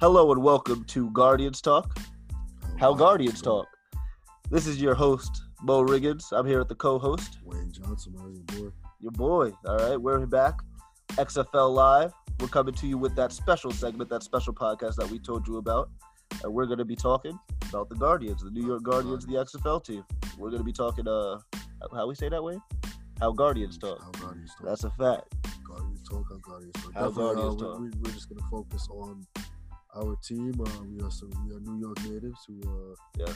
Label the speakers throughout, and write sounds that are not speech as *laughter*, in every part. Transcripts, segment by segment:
Speaker 1: Hello and welcome to Guardians Talk. How Guardians Talk. This is your host, Mo Riggins. I'm here with the co-host,
Speaker 2: Wayne Johnson, my little boy.
Speaker 1: your boy. All right, we're back. XFL Live. We're coming to you with that special segment, that special podcast that we told you about. And we're going to be talking about the Guardians, the New York Guardians, the XFL team. We're going to be talking, uh, how we say that, Wayne? How Guardians Talk.
Speaker 2: How Guardians talk.
Speaker 1: That's a fact.
Speaker 2: Guardians talk. How Guardians talk.
Speaker 1: How
Speaker 2: Definitely,
Speaker 1: Guardians
Speaker 2: uh,
Speaker 1: talk.
Speaker 2: We, we, we're just gonna focus on our team. Uh, we are some we are New York natives who
Speaker 1: Yeah.
Speaker 2: uh,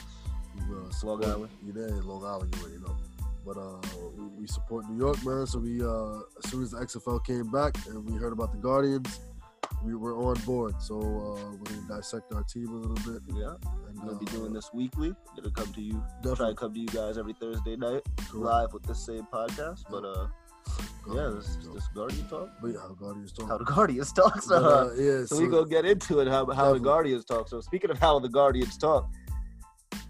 Speaker 2: who, uh
Speaker 1: Long
Speaker 2: support-
Speaker 1: Island.
Speaker 2: Yeah, they're in Long Island, you already know. But uh, we, we support New York, man. So we uh, as soon as the XFL came back and we heard about the Guardians, we were on board. So uh, we're gonna dissect our team a little bit.
Speaker 1: Yeah.
Speaker 2: And,
Speaker 1: We're going to be
Speaker 2: uh,
Speaker 1: doing this weekly. Going to come to you, try
Speaker 2: Definitely.
Speaker 1: to come to you guys every Thursday night.
Speaker 2: correct.
Speaker 1: live with this same podcast. But uh, yeah,
Speaker 2: Guardians
Speaker 1: this is
Speaker 2: talk.
Speaker 1: just Guardian talk.
Speaker 2: But yeah, how Guardians talk.
Speaker 1: How the Guardians talk. So,
Speaker 2: But,
Speaker 1: uh,
Speaker 2: uh, yeah,
Speaker 1: so we gonna get into it. How, how the
Speaker 2: Definitely.
Speaker 1: Guardians talk. So speaking of how the Guardians talk,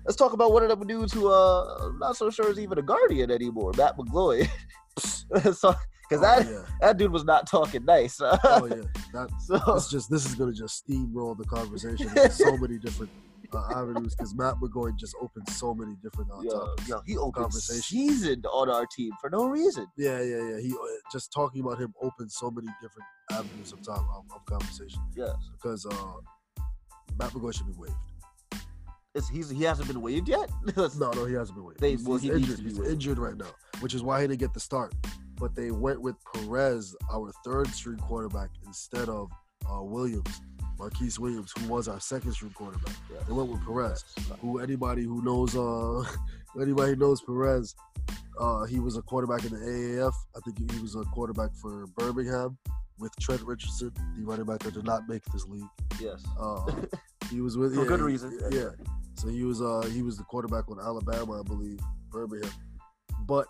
Speaker 1: let's talk about one of them dudes who uh, I'm not so sure is even a Guardian anymore, Matt McGloy. *laughs* Because
Speaker 2: oh,
Speaker 1: that
Speaker 2: yeah.
Speaker 1: that dude was not talking nice. *laughs*
Speaker 2: oh yeah, that
Speaker 1: so
Speaker 2: it's just this is gonna just steamroll the conversation. in so many different uh, avenues because Matt McGoy just opened so many different uh,
Speaker 1: yo,
Speaker 2: topics.
Speaker 1: yo, he opened
Speaker 2: Conversation.
Speaker 1: seasoned on our team for no reason.
Speaker 2: Yeah, yeah, yeah. He uh, just talking about him opened so many different avenues of time of, of conversation.
Speaker 1: Yeah.
Speaker 2: because uh, Matt McGoy should be waived.
Speaker 1: It's, he's, he hasn't been waived yet. *laughs*
Speaker 2: No, no, he hasn't been waived.
Speaker 1: They-
Speaker 2: he's,
Speaker 1: well,
Speaker 2: he's
Speaker 1: he needs
Speaker 2: injured.
Speaker 1: to be
Speaker 2: he's
Speaker 1: waived.
Speaker 2: injured right now, which is why he didn't get the start. But they went with Perez, our third string quarterback, instead of uh, Williams, Marquise Williams, who was our second string quarterback.
Speaker 1: Yeah.
Speaker 2: They went with Perez. who anybody who knows uh *laughs* anybody who knows Perez, uh he was a quarterback in the AAF. I think he was a quarterback for Birmingham with Trent Richardson, the running back that did not make this league.
Speaker 1: Yes.
Speaker 2: Uh,
Speaker 1: *laughs*
Speaker 2: he was with
Speaker 1: For
Speaker 2: yeah,
Speaker 1: good
Speaker 2: he-
Speaker 1: reason.
Speaker 2: Yeah. So he was uh he was the quarterback on Alabama, I believe, Birmingham. But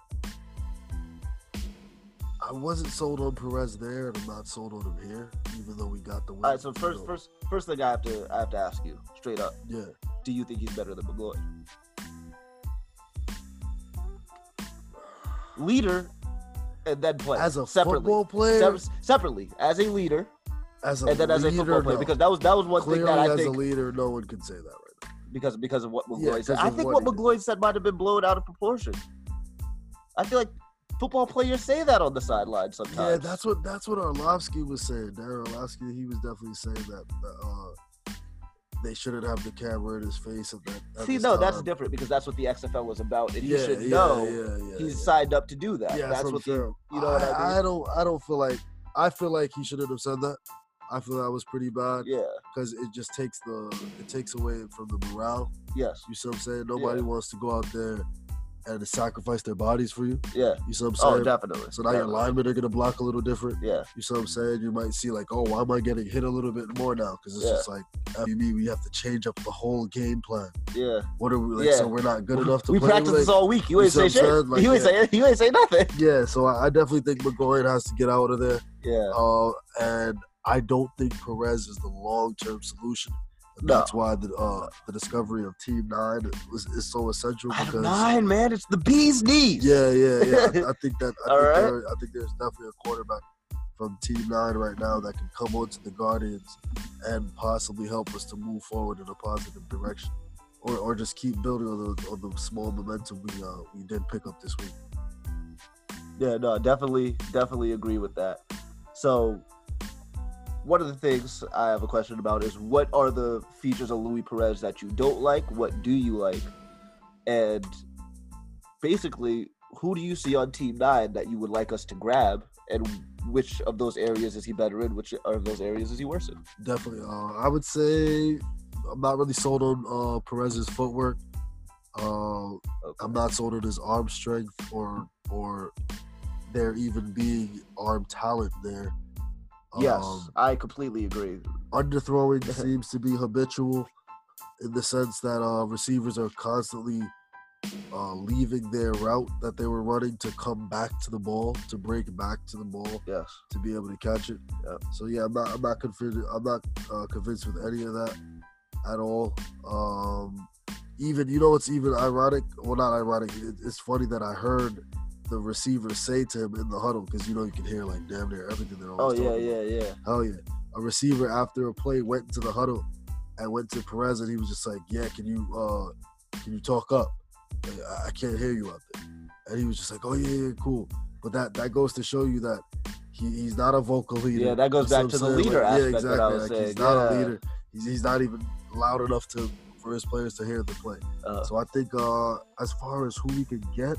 Speaker 2: I wasn't sold on Perez there, and I'm not sold on him here, even though we got the win.
Speaker 1: All right. So first,
Speaker 2: So,
Speaker 1: first, first thing I have to I have to ask you straight up:
Speaker 2: yeah,
Speaker 1: Do you think he's better than McGloy? Leader, and then player
Speaker 2: as a
Speaker 1: separately.
Speaker 2: football player,
Speaker 1: Sep- separately as a leader,
Speaker 2: as a
Speaker 1: and then as a
Speaker 2: leader,
Speaker 1: football player,
Speaker 2: no.
Speaker 1: because that was that was one
Speaker 2: Clearly,
Speaker 1: thing that I
Speaker 2: as
Speaker 1: think
Speaker 2: a leader, no one can say that right now.
Speaker 1: because because of what
Speaker 2: Yeah,
Speaker 1: McGloy said.
Speaker 2: 'cause
Speaker 1: I
Speaker 2: of
Speaker 1: think what
Speaker 2: what he did.
Speaker 1: McGloy said might have been blown out of proportion. I feel like football players say that on the sideline sometimes.
Speaker 2: Yeah, that's what that's what Orlovsky was saying. Darren Orlovsky, he was definitely saying that uh, they shouldn't have the camera in his face at that. At
Speaker 1: See,
Speaker 2: this
Speaker 1: no, that's
Speaker 2: time.
Speaker 1: different because that's what the XFL was about, and
Speaker 2: um, yeah,
Speaker 1: he should
Speaker 2: yeah,
Speaker 1: know
Speaker 2: Yeah, yeah,
Speaker 1: he's
Speaker 2: yeah.
Speaker 1: signed up to do that.
Speaker 2: Yeah,
Speaker 1: that's
Speaker 2: from
Speaker 1: what the,
Speaker 2: Phil.
Speaker 1: you know what I mean?
Speaker 2: I don't. I don't feel like. I feel like he shouldn't have said that. I feel that was pretty bad
Speaker 1: yeah,
Speaker 2: because it just takes the it takes away from the morale.
Speaker 1: yes,
Speaker 2: You see what I'm saying? Nobody wants to go out there and sacrifice their bodies for you.
Speaker 1: yeah.
Speaker 2: You see what I'm saying?
Speaker 1: Oh, definitely.
Speaker 2: So now your
Speaker 1: Definitely.
Speaker 2: linemen are going to block a little different.
Speaker 1: Yeah,
Speaker 2: You see what I'm saying? You might see like, oh, why am I getting hit a little bit more now? Because it's
Speaker 1: Yeah.
Speaker 2: just like, you mean we have to change up the whole game plan?
Speaker 1: yeah.
Speaker 2: What are we like?
Speaker 1: Yeah.
Speaker 2: So we're not good enough to
Speaker 1: we
Speaker 2: play.
Speaker 1: practiced
Speaker 2: like,
Speaker 1: this all week. You
Speaker 2: you
Speaker 1: ain't
Speaker 2: see what
Speaker 1: say
Speaker 2: I'm
Speaker 1: shit.
Speaker 2: saying? Like,
Speaker 1: you ain't say you ain't say nothing.
Speaker 2: yeah. So I, I definitely think McGoyan has to get out of there.
Speaker 1: Yeah,
Speaker 2: Uh, and I don't think Perez is the long term solution. And
Speaker 1: No.
Speaker 2: That's why the uh, the discovery of Team Nine is, is so essential because.
Speaker 1: nine man. It's the bee's knees.
Speaker 2: Yeah, yeah, yeah. I, I think that.
Speaker 1: *laughs*
Speaker 2: I,
Speaker 1: All
Speaker 2: think
Speaker 1: right.
Speaker 2: there, I think there's definitely a quarterback from Team Nine right now that can come onto the Guardians and possibly help us to move forward in a positive direction, or, or just keep building on the on the small momentum we uh, we did pick up this week.
Speaker 1: yeah. No, definitely, definitely agree with that. So, one of the things I have a question about is what are the features of Louis Perez that you don't like? What do you like? And basically, who do you see on Team Nine that you would like us to grab? And which of those areas is he better in? Which of those areas is he worse in?
Speaker 2: Definitely, uh, I would say I'm not really sold on uh, Perez's footwork. Uh,
Speaker 1: Okay.
Speaker 2: I'm not sold on his arm strength or or there even being arm talent there.
Speaker 1: Yes,
Speaker 2: Um,
Speaker 1: I completely agree.
Speaker 2: underthrowing seems to be habitual in the sense that uh, receivers are constantly uh, leaving their route that they were running to come back to the ball, to break back to the ball,
Speaker 1: Yes.
Speaker 2: to be able to catch it.
Speaker 1: Yep.
Speaker 2: So yeah, I'm not, I'm not convinced. I'm not uh, convinced with any of that at all. Um, even you know, it's even ironic. Well, not ironic. It, it's funny that I heard the receiver say to him in the huddle because you know you can hear like damn near everything they're
Speaker 1: Oh
Speaker 2: always
Speaker 1: yeah,
Speaker 2: talking about.
Speaker 1: yeah, yeah.
Speaker 2: Hell yeah. A receiver after a play went into the huddle I went to Perez and he was just like, "Yeah, can you uh, can you talk up? Like, I, I can't hear you up there." And he was just like, "Oh yeah, yeah, cool." But that that goes to show you that he, he's not a vocal leader.
Speaker 1: Yeah, that goes
Speaker 2: You see
Speaker 1: back
Speaker 2: what
Speaker 1: to the
Speaker 2: I'm
Speaker 1: leader
Speaker 2: Like,
Speaker 1: aspect that I was
Speaker 2: Like,
Speaker 1: saying,
Speaker 2: He's not
Speaker 1: yeah.
Speaker 2: a leader. He's, he's not even loud enough to for his players to hear the play.
Speaker 1: Uh,
Speaker 2: So I think uh, as far as who we could get,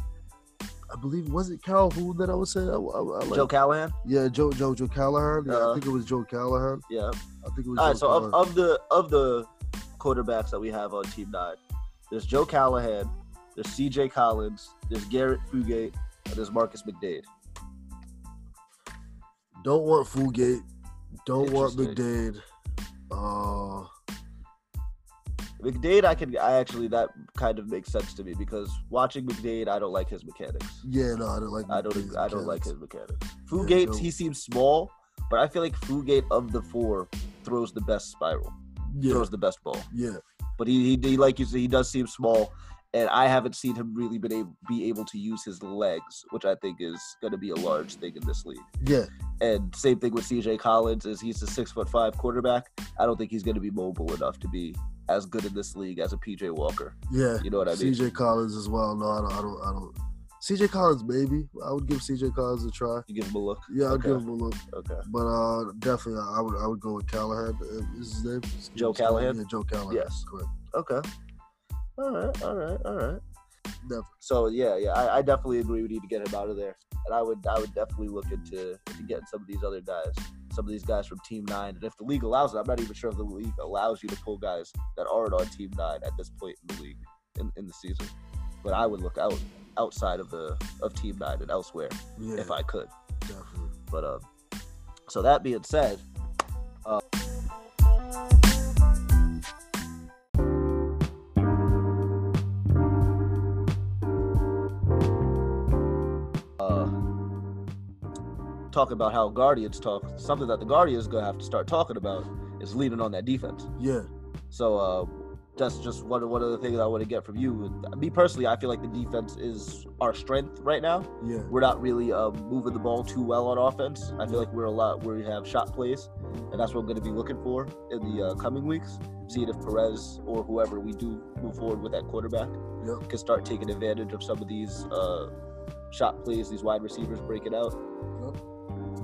Speaker 2: I believe was it Calhoun that I was saying. I, I, I like,
Speaker 1: Joe Callahan.
Speaker 2: yeah, Joe Joe Joe Callahan. Yeah,
Speaker 1: Uh-huh.
Speaker 2: I think it was Joe Callahan.
Speaker 1: Yeah.
Speaker 2: I think it was.
Speaker 1: All right.
Speaker 2: Joe
Speaker 1: So uh, of,
Speaker 2: Callahan.
Speaker 1: of the of the quarterbacks that we have on Team Nine, there's Joe Callahan, there's C.J. Collins, there's Garrett Fugate, and there's Marcus McDade.
Speaker 2: Don't want Fugate. Don't want McDade.
Speaker 1: uh, Interesting.
Speaker 2: Uh,
Speaker 1: McDade, I can I actually that kind of makes sense to me because watching McDade, I don't like his mechanics.
Speaker 2: yeah, no, I don't like.
Speaker 1: I don't
Speaker 2: McDade's
Speaker 1: I don't like
Speaker 2: mechanics.
Speaker 1: his mechanics. Fugate,
Speaker 2: Joe-
Speaker 1: he seems small, but I feel like Fugate of the four throws the best spiral,
Speaker 2: Yeah,
Speaker 1: throws the best ball.
Speaker 2: yeah,
Speaker 1: But he, he, he like you said, he does seem small, and I haven't seen him really been able, be able to use his legs, which I think is going to be a large thing in this league.
Speaker 2: yeah.
Speaker 1: And same thing with C.J. Collins, is he's a six foot five quarterback. I don't think he's going to be mobile enough to be as good in this league as a P.J. Walker.
Speaker 2: Yeah.
Speaker 1: You know what I mean?
Speaker 2: CJ Collins as well. No, I don't. I don't. I don't. CJ Collins, maybe. I would give CJ Collins a try.
Speaker 1: You give him a look.
Speaker 2: Yeah, I'll
Speaker 1: Okay.
Speaker 2: give him a look.
Speaker 1: Okay.
Speaker 2: But uh, definitely, I I would. I would go with Callahan. uh, Is his name
Speaker 1: Joe Callahan?
Speaker 2: Yeah, Joe Callahan.
Speaker 1: Yes.
Speaker 2: correct.
Speaker 1: Okay. All right. All right. All right.
Speaker 2: Definitely.
Speaker 1: So yeah, yeah, I, I definitely agree. We need to get him out of there, and I would, I would definitely look into, into getting some of these other guys, some of these guys from Team Nine, and if the league allows it, I'm not even sure if the league allows you to pull guys that aren't on Team Nine at this point in the league in, in the season. But I would look out outside of the of Team Nine and elsewhere
Speaker 2: Yeah,
Speaker 1: if I could.
Speaker 2: definitely.
Speaker 1: But um, so that being said, uh, uh, talk about how Guardians talk. Something that the Guardians gonna have to start talking about is leaning on that defense.
Speaker 2: Yeah,
Speaker 1: So uh, that's just one one of the things I want to get from you. Me personally, I feel like the defense is our strength right now
Speaker 2: yeah,
Speaker 1: we're not really um, moving the ball too well on offense. I feel like we're a lot where we have shot plays, and that's what I'm going to be looking for in the uh, coming weeks. Seeing if Perez or whoever we do move forward with that quarterback
Speaker 2: Yeah.
Speaker 1: can start taking advantage of some of these uh, shot plays, these wide receivers breaking out.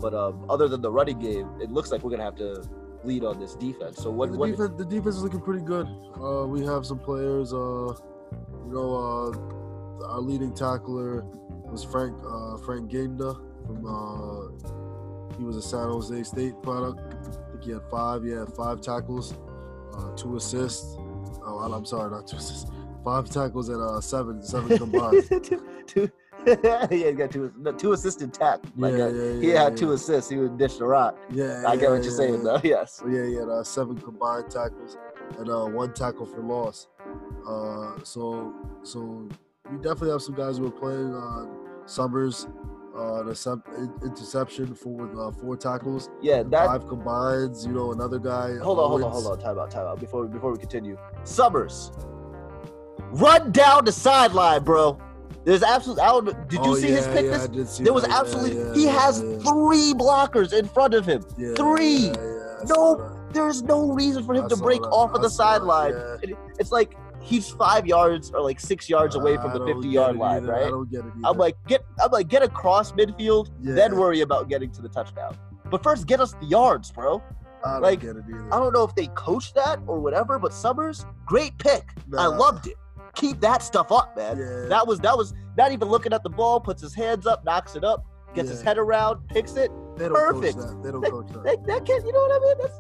Speaker 1: But um, other than the running game, it looks like we're going to have to lead on this defense. So what?
Speaker 2: the,
Speaker 1: what *laughs*
Speaker 2: defense, the defense is looking pretty good. Uh, we have some players. Uh, you know, uh, our leading tackler was Frank uh, Frank Gainda from. Uh, he was a San Jose State product. I think he had five. He had five tackles, uh, two assists. Oh, I- I'm sorry, not two *laughs* assists. Five tackles and uh, seven seven
Speaker 1: *laughs*
Speaker 2: combined.
Speaker 1: two, two, yeah, he got two, no, two assisted tap. Like uh,
Speaker 2: yeah,
Speaker 1: he had two assists. He would dish the rock.
Speaker 2: Yeah,
Speaker 1: I get what you're
Speaker 2: yeah, yeah,
Speaker 1: saying,
Speaker 2: yeah.
Speaker 1: though. *laughs* Yes.
Speaker 2: So yeah, he had uh, seven combined tackles and uh, one tackle for loss. Uh, so so we definitely have some guys who are playing. Uh, Summers, uh, an accept- in- interception for with uh, four tackles,
Speaker 1: Yeah, that.
Speaker 2: five combines. You know, another guy.
Speaker 1: Hold on, hold on, hold on. Time out, time out. Before we, before we continue, Summers, run down the sideline, bro. There's absolute. I don't,
Speaker 2: Oh,
Speaker 1: did you see his pick? this there was absolutely. he has three blockers in front of him. three. No There's no reason for him to break off of the sideline. It- It's like he's five yards or like six yards away from the 50 yard line,
Speaker 2: I
Speaker 1: right?
Speaker 2: don't get it. Either.
Speaker 1: I'm like, get. I'm like, get across midfield,
Speaker 2: yeah,
Speaker 1: then worry about getting to the touchdown. But first, get us the yards, bro.
Speaker 2: I don't
Speaker 1: like,
Speaker 2: get it either.
Speaker 1: I don't know if they coached that or whatever, but Summers, great pick. I
Speaker 2: Nah.
Speaker 1: loved it. Keep that stuff up, man.
Speaker 2: Uh-huh. Yeah.
Speaker 1: That was that was not even looking at the ball, puts his hands up, knocks it up, gets his
Speaker 2: Yeah.
Speaker 1: head around, picks it.
Speaker 2: They don't
Speaker 1: Perfect.
Speaker 2: coach that. They don't coach that.
Speaker 1: That, that kid, you know what I mean? That's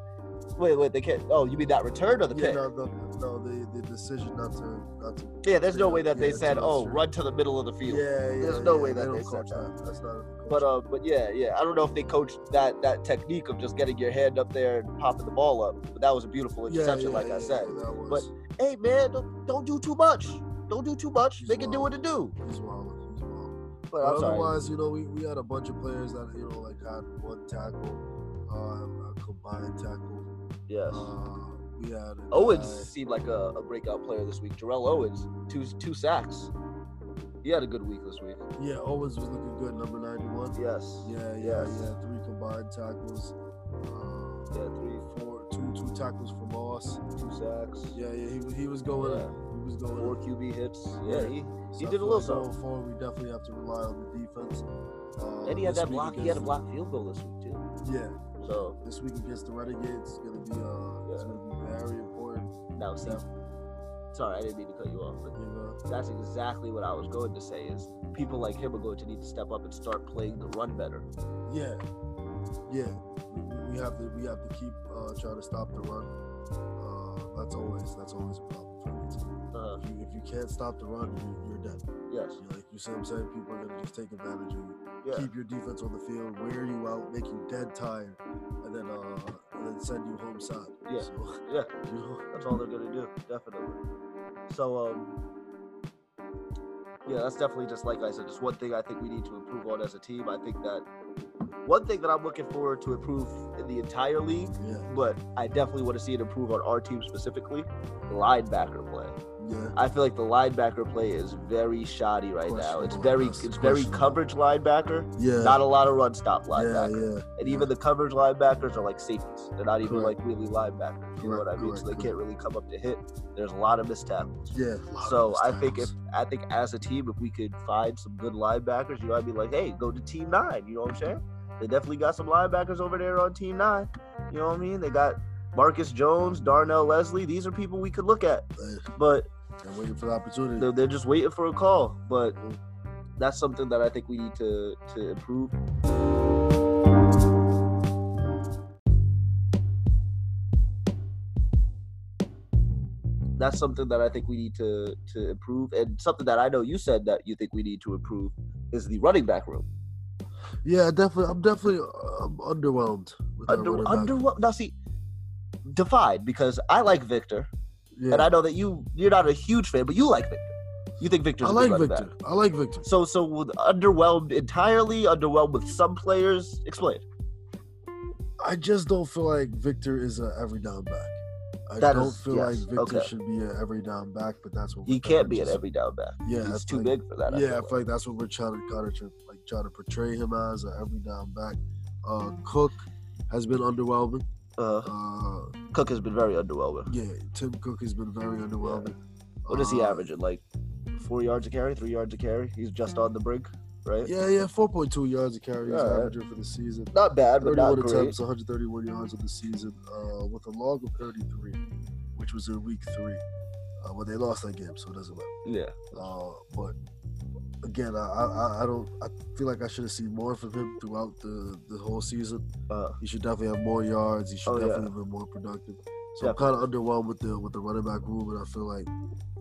Speaker 1: wait, wait, they can't oh, you mean that return or the
Speaker 2: Yeah,
Speaker 1: pick?
Speaker 2: no, no, no the, the decision not to, not to.
Speaker 1: yeah, there's no
Speaker 2: yeah,
Speaker 1: way that they
Speaker 2: yeah,
Speaker 1: said,
Speaker 2: that's
Speaker 1: Oh,
Speaker 2: true.
Speaker 1: run to the middle of the
Speaker 2: Yeah,
Speaker 1: field.
Speaker 2: yeah,
Speaker 1: There's no
Speaker 2: yeah,
Speaker 1: way that
Speaker 2: don't
Speaker 1: they said
Speaker 2: coach
Speaker 1: that.
Speaker 2: That's not. a
Speaker 1: But
Speaker 2: coach.
Speaker 1: uh, but yeah, yeah. I don't know if they coached that that technique of just getting your hand up there and popping the ball up. But that was a beautiful
Speaker 2: Yeah,
Speaker 1: interception,
Speaker 2: yeah,
Speaker 1: like
Speaker 2: yeah,
Speaker 1: I said.
Speaker 2: yeah, that was-
Speaker 1: Hey man, don't, don't do too much. Don't do too much.
Speaker 2: He's
Speaker 1: they can do what
Speaker 2: wild.
Speaker 1: to do.
Speaker 2: he's wild, he's wild.
Speaker 1: But
Speaker 2: But
Speaker 1: I'm sorry.
Speaker 2: otherwise, you know, we, we had a bunch of players that you know like had one tackle, uh, a combined tackle.
Speaker 1: Yes.
Speaker 2: Uh, we had a
Speaker 1: Owens
Speaker 2: guy-
Speaker 1: seemed like a, a breakout player this week. Jarrell Owens, two two sacks. He had a good week this week.
Speaker 2: Yeah, Owens was looking good, number ninety-one.
Speaker 1: Yes.
Speaker 2: Yeah, yeah,
Speaker 1: Yes.
Speaker 2: yeah. Three combined tackles. Uh,
Speaker 1: Yeah, three.
Speaker 2: four, two two tackles for loss.
Speaker 1: Two sacks.
Speaker 2: Yeah, yeah, he, was- he was going
Speaker 1: Yeah.
Speaker 2: up. He was going
Speaker 1: Four
Speaker 2: up.
Speaker 1: QB hits. Yeah, he,
Speaker 2: So
Speaker 1: he
Speaker 2: I
Speaker 1: did a
Speaker 2: feel
Speaker 1: little
Speaker 2: like going
Speaker 1: something.
Speaker 2: forward, we definitely have to rely on the defense. Uh,
Speaker 1: And he had
Speaker 2: this
Speaker 1: that
Speaker 2: week
Speaker 1: block. He had a
Speaker 2: against-
Speaker 1: block field goal this week too.
Speaker 2: Yeah,
Speaker 1: So
Speaker 2: this week against the Renegades is gonna be uh, it's
Speaker 1: Yeah.
Speaker 2: gonna be very important.
Speaker 1: now see.
Speaker 2: Yeah.
Speaker 1: Sorry, I didn't mean to cut you off, but
Speaker 2: You know,
Speaker 1: that's exactly what I was going to say. Is people like him are going to need to step up and start playing the run better.
Speaker 2: yeah, yeah. We- We, we have to we have to keep uh, trying to stop the run. Uh, that's always that's always a problem for me.
Speaker 1: Uh,
Speaker 2: If you, if you can't stop the run, you- you're dead.
Speaker 1: yes.
Speaker 2: You know, like you see what I'm saying? People are gonna just take advantage of you.
Speaker 1: Yeah.
Speaker 2: Keep your defense on the field, wear you out, make you dead tired, and then uh and then send you home sad.
Speaker 1: Yeah.
Speaker 2: So,
Speaker 1: Yeah.
Speaker 2: *laughs* you know,
Speaker 1: That's all they're gonna do, definitely. So, um, yeah, that's definitely just like I said, just one thing I think we need to improve on as a team. I think that one thing that I'm looking forward to improve in the entire league,
Speaker 2: yeah,
Speaker 1: but I definitely want to see it improve on our team specifically, linebacker play.
Speaker 2: yeah.
Speaker 1: I feel like the linebacker play is very shoddy right now. It's
Speaker 2: Questionable,
Speaker 1: very
Speaker 2: yes,
Speaker 1: it's very
Speaker 2: questionable.
Speaker 1: coverage linebacker,
Speaker 2: Yeah.
Speaker 1: not a lot of run stop
Speaker 2: yeah,
Speaker 1: linebacker.
Speaker 2: yeah.
Speaker 1: And even the coverage linebackers are like safeties. They're not even
Speaker 2: Correct.
Speaker 1: like really linebackers. You know
Speaker 2: Correct,
Speaker 1: what I mean?
Speaker 2: correct,
Speaker 1: So they
Speaker 2: correct.
Speaker 1: can't really come up to hit. There's a lot of missed tackles.
Speaker 2: Yeah. a lot of
Speaker 1: So
Speaker 2: those
Speaker 1: I think if
Speaker 2: times.
Speaker 1: I think as a team, if we could find some good linebackers, you know, I'd be like, hey, go to team nine. You know what I'm saying? They definitely got some linebackers over there on team nine. You know what I mean? They got Marcus Jones, Darnell Leslie. These are people we could look at,
Speaker 2: Hey,
Speaker 1: but
Speaker 2: they're waiting for the opportunity.
Speaker 1: they're, they're just waiting for a call. But that's something that I think we need to to improve. That's something that I think we need to to improve, and something that I know you said that you think we need to improve is the running back room.
Speaker 2: yeah, I definitely. I'm definitely. uh, I'm underwhelmed. With our
Speaker 1: Under
Speaker 2: running back.
Speaker 1: under what now? See, divide because I like Victor,
Speaker 2: Yeah.
Speaker 1: and I know that you you're not a huge fan, but you like Victor. You think Victor's
Speaker 2: I
Speaker 1: a good
Speaker 2: like
Speaker 1: running
Speaker 2: Victor.
Speaker 1: back.
Speaker 2: I like Victor.
Speaker 1: So so with underwhelmed entirely, underwhelmed with some players. Explain.
Speaker 2: I just don't feel like Victor is a every down back. I
Speaker 1: That
Speaker 2: don't
Speaker 1: is-
Speaker 2: feel
Speaker 1: yes,
Speaker 2: like Victor
Speaker 1: okay.
Speaker 2: should be an every down back, but that's what
Speaker 1: He
Speaker 2: we're
Speaker 1: can't
Speaker 2: kinda
Speaker 1: be an
Speaker 2: just-
Speaker 1: every down back.
Speaker 2: Yeah,
Speaker 1: He's
Speaker 2: I
Speaker 1: too
Speaker 2: feel
Speaker 1: big for that. I
Speaker 2: Yeah,
Speaker 1: feel
Speaker 2: I feel like that's what we're trying to kind of like trying to portray him as an every down back. Uh, Cook has been underwhelming.
Speaker 1: like. Uh,
Speaker 2: Uh,
Speaker 1: Cook has been very underwhelming.
Speaker 2: yeah, Tim Cook has been very underwhelming.
Speaker 1: What is he
Speaker 2: Uh,
Speaker 1: averaging? Like four yards a carry, three yards a carry. He's just on the brink, right?
Speaker 2: Yeah, yeah, four point two yards a carry he's
Speaker 1: All right.
Speaker 2: averaging for the season.
Speaker 1: Not bad, but not
Speaker 2: Thirty-one
Speaker 1: great.
Speaker 2: attempts, one hundred thirty-one yards of the season, uh, with a log of thirty-three, which was in week three. Uh, well, they lost that game, so it doesn't matter.
Speaker 1: Yeah,
Speaker 2: Uh, but again, I, I, I don't. I feel like I should have seen more from him throughout the, the whole season.
Speaker 1: uh,
Speaker 2: He should definitely have more yards. He should
Speaker 1: Oh, yeah.
Speaker 2: definitely have been more productive. So I'm kind of underwhelmed with the with the running back room, and I feel like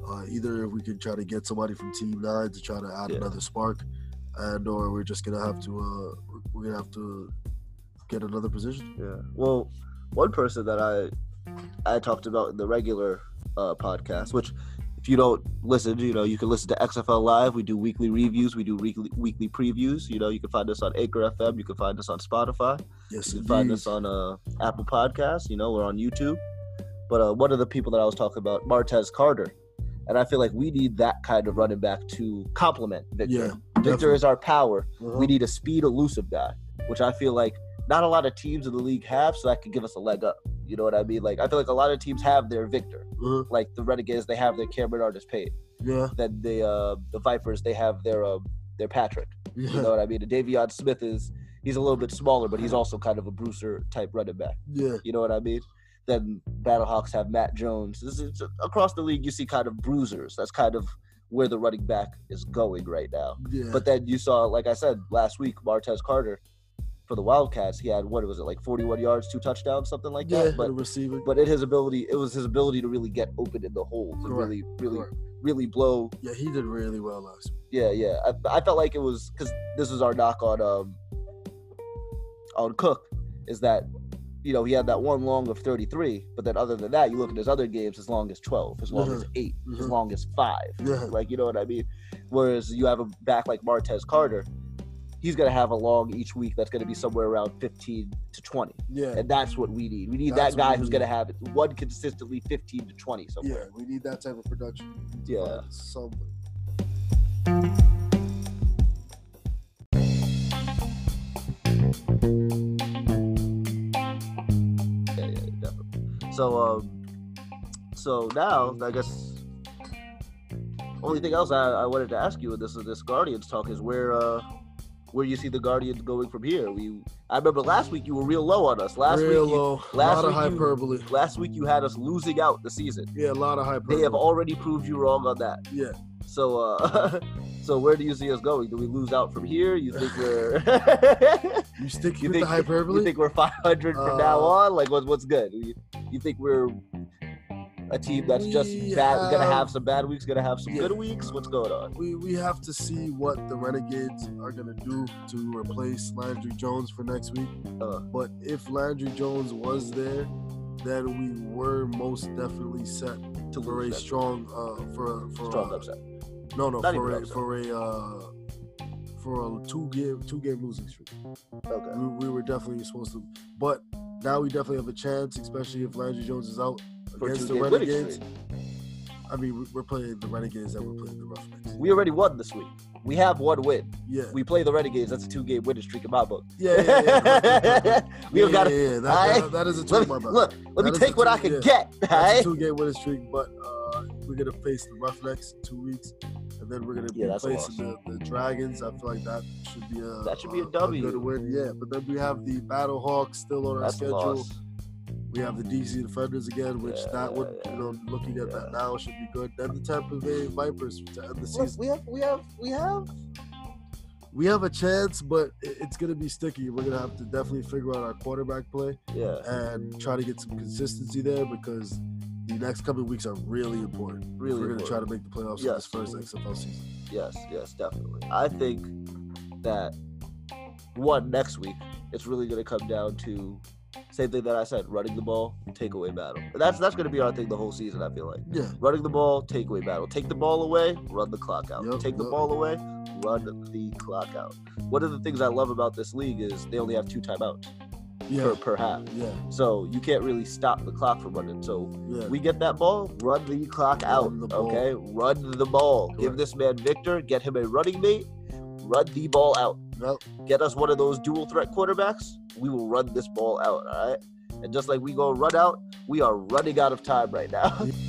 Speaker 2: uh, either we can try to get somebody from Team Nine to try to add
Speaker 1: Yeah.
Speaker 2: another spark, and or we're just gonna have to uh, we're gonna have to get another position.
Speaker 1: yeah. Well, one person that I I talked about in the regular uh, podcast, which if you don't listen, you know you can listen to XFL Live. We do weekly reviews. We do weekly weekly previews. You know you can find us on Anchor FM. You can find us on Spotify.
Speaker 2: Yes,
Speaker 1: You can find
Speaker 2: indeed.
Speaker 1: us on uh, Apple Podcasts. You know, we're on YouTube. But uh, one of the people that I was talking about, Martez Carter, and I feel like we need that kind of running back to complement Victor.
Speaker 2: Yeah,
Speaker 1: Victor
Speaker 2: definitely.
Speaker 1: is our power.
Speaker 2: Uh-huh.
Speaker 1: We need a speed elusive guy, which I feel like not a lot of teams in the league have, so that could give us a leg up. You know what I mean? Like I feel like a lot of teams have their Victor.
Speaker 2: Uh-huh.
Speaker 1: Like the Renegades, they have their Cameron Artist Payne.
Speaker 2: yeah,
Speaker 1: Then the uh, the Vipers, they have their um, their Patrick.
Speaker 2: yeah,
Speaker 1: You know what I mean? And Davion Smith is he's a little bit smaller, but he's also kind of a Brucer type running back.
Speaker 2: yeah.
Speaker 1: You know what I mean? Then Battlehawks have Matt Jones. This is, across the league, you see kind of bruisers. That's kind of where the running back is going right now.
Speaker 2: Yeah,
Speaker 1: But then you saw, like I said last week, Martez Carter for the Wildcats. He had what was it like 41 yards, two touchdowns, something like
Speaker 2: yeah,
Speaker 1: that. But
Speaker 2: the receiver.
Speaker 1: but in his ability, it was his ability to really get open in the hole, to
Speaker 2: Correct,
Speaker 1: really really
Speaker 2: correct.
Speaker 1: really blow
Speaker 2: Yeah, he did really well last week.
Speaker 1: yeah, yeah. I, I felt like it was because this was our knock on um on Cook is that you know he had that one long of 33, but then other than that, you look at his other games as long as 12, as long as 8 as
Speaker 2: Mhm.
Speaker 1: long as five.
Speaker 2: Yeah.
Speaker 1: Like you know what I mean. Whereas you have a back like Martez Carter, he's gonna have a long each week that's gonna be somewhere around 15 to 20,
Speaker 2: Yeah,
Speaker 1: and that's what we need. We need
Speaker 2: That's
Speaker 1: that
Speaker 2: what
Speaker 1: guy
Speaker 2: we
Speaker 1: who's
Speaker 2: need.
Speaker 1: gonna have one consistently 15 to 20 somewhere.
Speaker 2: yeah, we need that type of production. We need to
Speaker 1: Yeah.
Speaker 2: find someone.
Speaker 1: yeah, yeah, definitely. So um, so now I guess only thing else I, I wanted to ask you in this this Guardians talk is where uh where you see the Guardians going from here. We I remember last week you were real low on us. Last
Speaker 2: Real
Speaker 1: week you,
Speaker 2: low.
Speaker 1: last
Speaker 2: a lot of
Speaker 1: week you-
Speaker 2: hyperbole.
Speaker 1: last week you had us losing out the season.
Speaker 2: Yeah, a lot of hyperbole.
Speaker 1: They have already proved you wrong on that.
Speaker 2: yeah.
Speaker 1: So uh *laughs* so where do you see us going? Do we lose out from here? You think we're *laughs*
Speaker 2: You stick
Speaker 1: You
Speaker 2: with
Speaker 1: think-
Speaker 2: the hyperbole?
Speaker 1: you think we're 500 from now
Speaker 2: Uh,
Speaker 1: on? Like what's what's good? You, you think we're a team that's just
Speaker 2: We
Speaker 1: bad gonna
Speaker 2: have-
Speaker 1: have some bad weeks, gonna have some
Speaker 2: Yeah.
Speaker 1: good weeks? What's going on?
Speaker 2: we, we have to see what the Renegades are going to do to replace Landry Jones for next week.
Speaker 1: Uh.
Speaker 2: but if Landry Jones was there, then we were most definitely set
Speaker 1: To
Speaker 2: for a
Speaker 1: lose that
Speaker 2: strong uh, for a- for
Speaker 1: strong
Speaker 2: a,
Speaker 1: upset.
Speaker 2: no no
Speaker 1: Not
Speaker 2: for
Speaker 1: even
Speaker 2: a,
Speaker 1: upset.
Speaker 2: for a uh, for a two game two game losing streak.
Speaker 1: Okay.
Speaker 2: We, we were definitely supposed to, but now we definitely have a chance, especially if Landry Jones is out
Speaker 1: For
Speaker 2: against the
Speaker 1: two-game winning
Speaker 2: Renegades.
Speaker 1: streak.
Speaker 2: I mean, we- we're playing the Renegades and we're playing the Roughnecks.
Speaker 1: We already won this week. We have one win.
Speaker 2: Yeah.
Speaker 1: We play the Renegades. That's a two-game winning streak in my book.
Speaker 2: Yeah, yeah, yeah. yeah.
Speaker 1: *laughs* we don't
Speaker 2: yeah,
Speaker 1: got to
Speaker 2: yeah, yeah. That,
Speaker 1: I-
Speaker 2: that- that is a two
Speaker 1: let
Speaker 2: in
Speaker 1: me,
Speaker 2: my mouth.
Speaker 1: look. Let
Speaker 2: That
Speaker 1: me
Speaker 2: is
Speaker 1: take
Speaker 2: a
Speaker 1: what
Speaker 2: two-
Speaker 1: I can
Speaker 2: yeah.
Speaker 1: get.
Speaker 2: that's a
Speaker 1: alright?
Speaker 2: two game winning streak, but uh, we're gonna face the Roughnecks in two weeks, and then we're gonna
Speaker 1: Yeah,
Speaker 2: be
Speaker 1: that's a
Speaker 2: facing the, the Dragons. I feel like that should be a
Speaker 1: That should be a
Speaker 2: a
Speaker 1: W.
Speaker 2: good win, yeah. But then we have the Battle Hawks still on our
Speaker 1: That's a
Speaker 2: schedule.
Speaker 1: loss.
Speaker 2: We have the DC Defenders again, which
Speaker 1: Yeah,
Speaker 2: that would
Speaker 1: yeah,
Speaker 2: you know looking at
Speaker 1: yeah.
Speaker 2: that now should be good. Then the Tampa Bay Vipers to end the
Speaker 1: Look,
Speaker 2: season.
Speaker 1: we have, we have, we have.
Speaker 2: We have a chance, but it- it's gonna be sticky. We're gonna have to definitely figure out our quarterback play.
Speaker 1: Yeah,
Speaker 2: and try to get some consistency there because the next couple of weeks are really important.
Speaker 1: really.
Speaker 2: We're going to
Speaker 1: important.
Speaker 2: try to make the playoffs in
Speaker 1: Yes.
Speaker 2: this first XFL season.
Speaker 1: Yes, yes, definitely. I think that one next week, it's really going to come down to same thing that I said: running the ball, takeaway battle. And that's that's going to be our thing the whole season. I feel like
Speaker 2: Yeah.
Speaker 1: running the ball, takeaway battle. Take the ball away, run the clock out.
Speaker 2: Yup,
Speaker 1: Take the
Speaker 2: yup.
Speaker 1: ball away, run the clock out. One of the things I love about this league is they only have two timeouts
Speaker 2: Yeah.
Speaker 1: per per half,
Speaker 2: Yeah.
Speaker 1: so you can't really stop the clock from running. So
Speaker 2: Yeah.
Speaker 1: we get that ball, run the clock out.
Speaker 2: Run the ball.
Speaker 1: okay, run the ball. Give
Speaker 2: Correct.
Speaker 1: this man Victor. Get him a running mate. Run the ball out. *laughs*
Speaker 2: Well,
Speaker 1: Get us one of those dual threat quarterbacks. We will run this ball out. All right. And just like we go run out, we are running out of time right now. *laughs*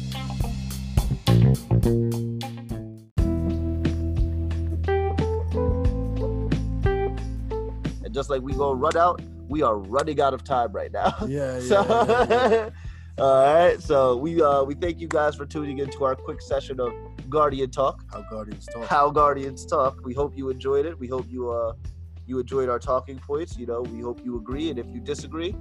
Speaker 1: and just like we go run out, we are running out of time right now. *laughs*
Speaker 2: yeah. Yeah. yeah, yeah.
Speaker 1: So, all right. So we uh, we thank you guys for tuning into our quick session of Guardian Talk,
Speaker 2: How Guardians talk.
Speaker 1: how Guardians talk. We hope you enjoyed it. We hope you uh, you enjoyed our talking points. You know, we hope you agree, and if you disagree.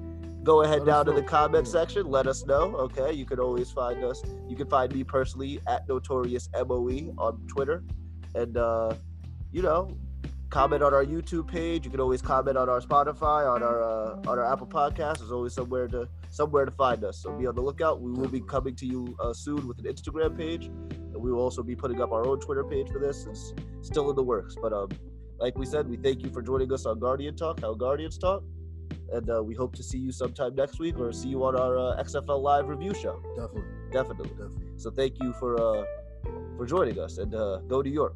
Speaker 1: Go ahead
Speaker 2: Let us
Speaker 1: down to the
Speaker 2: know.
Speaker 1: comment
Speaker 2: Yeah.
Speaker 1: section. Let us know. Okay, you can always find us. You can find me personally at Notorious Moe on Twitter, and uh, you know, comment on our YouTube page. You can always comment on our Spotify, on our uh, on our Apple Podcast. There's always somewhere to somewhere to find us. So be on the lookout. We will be coming to you uh, soon with an Instagram page, and we will also be putting up our own Twitter page for this. It's still in the works, but um, like we said, we thank you for joining us on Guardian Talk, how Guardians talk, and uh, we hope to see you sometime next week or see you on our uh, XFL live review show.
Speaker 2: Definitely.
Speaker 1: Definitely.
Speaker 2: Definitely.
Speaker 1: So thank you for uh, for joining us, and uh, go New York.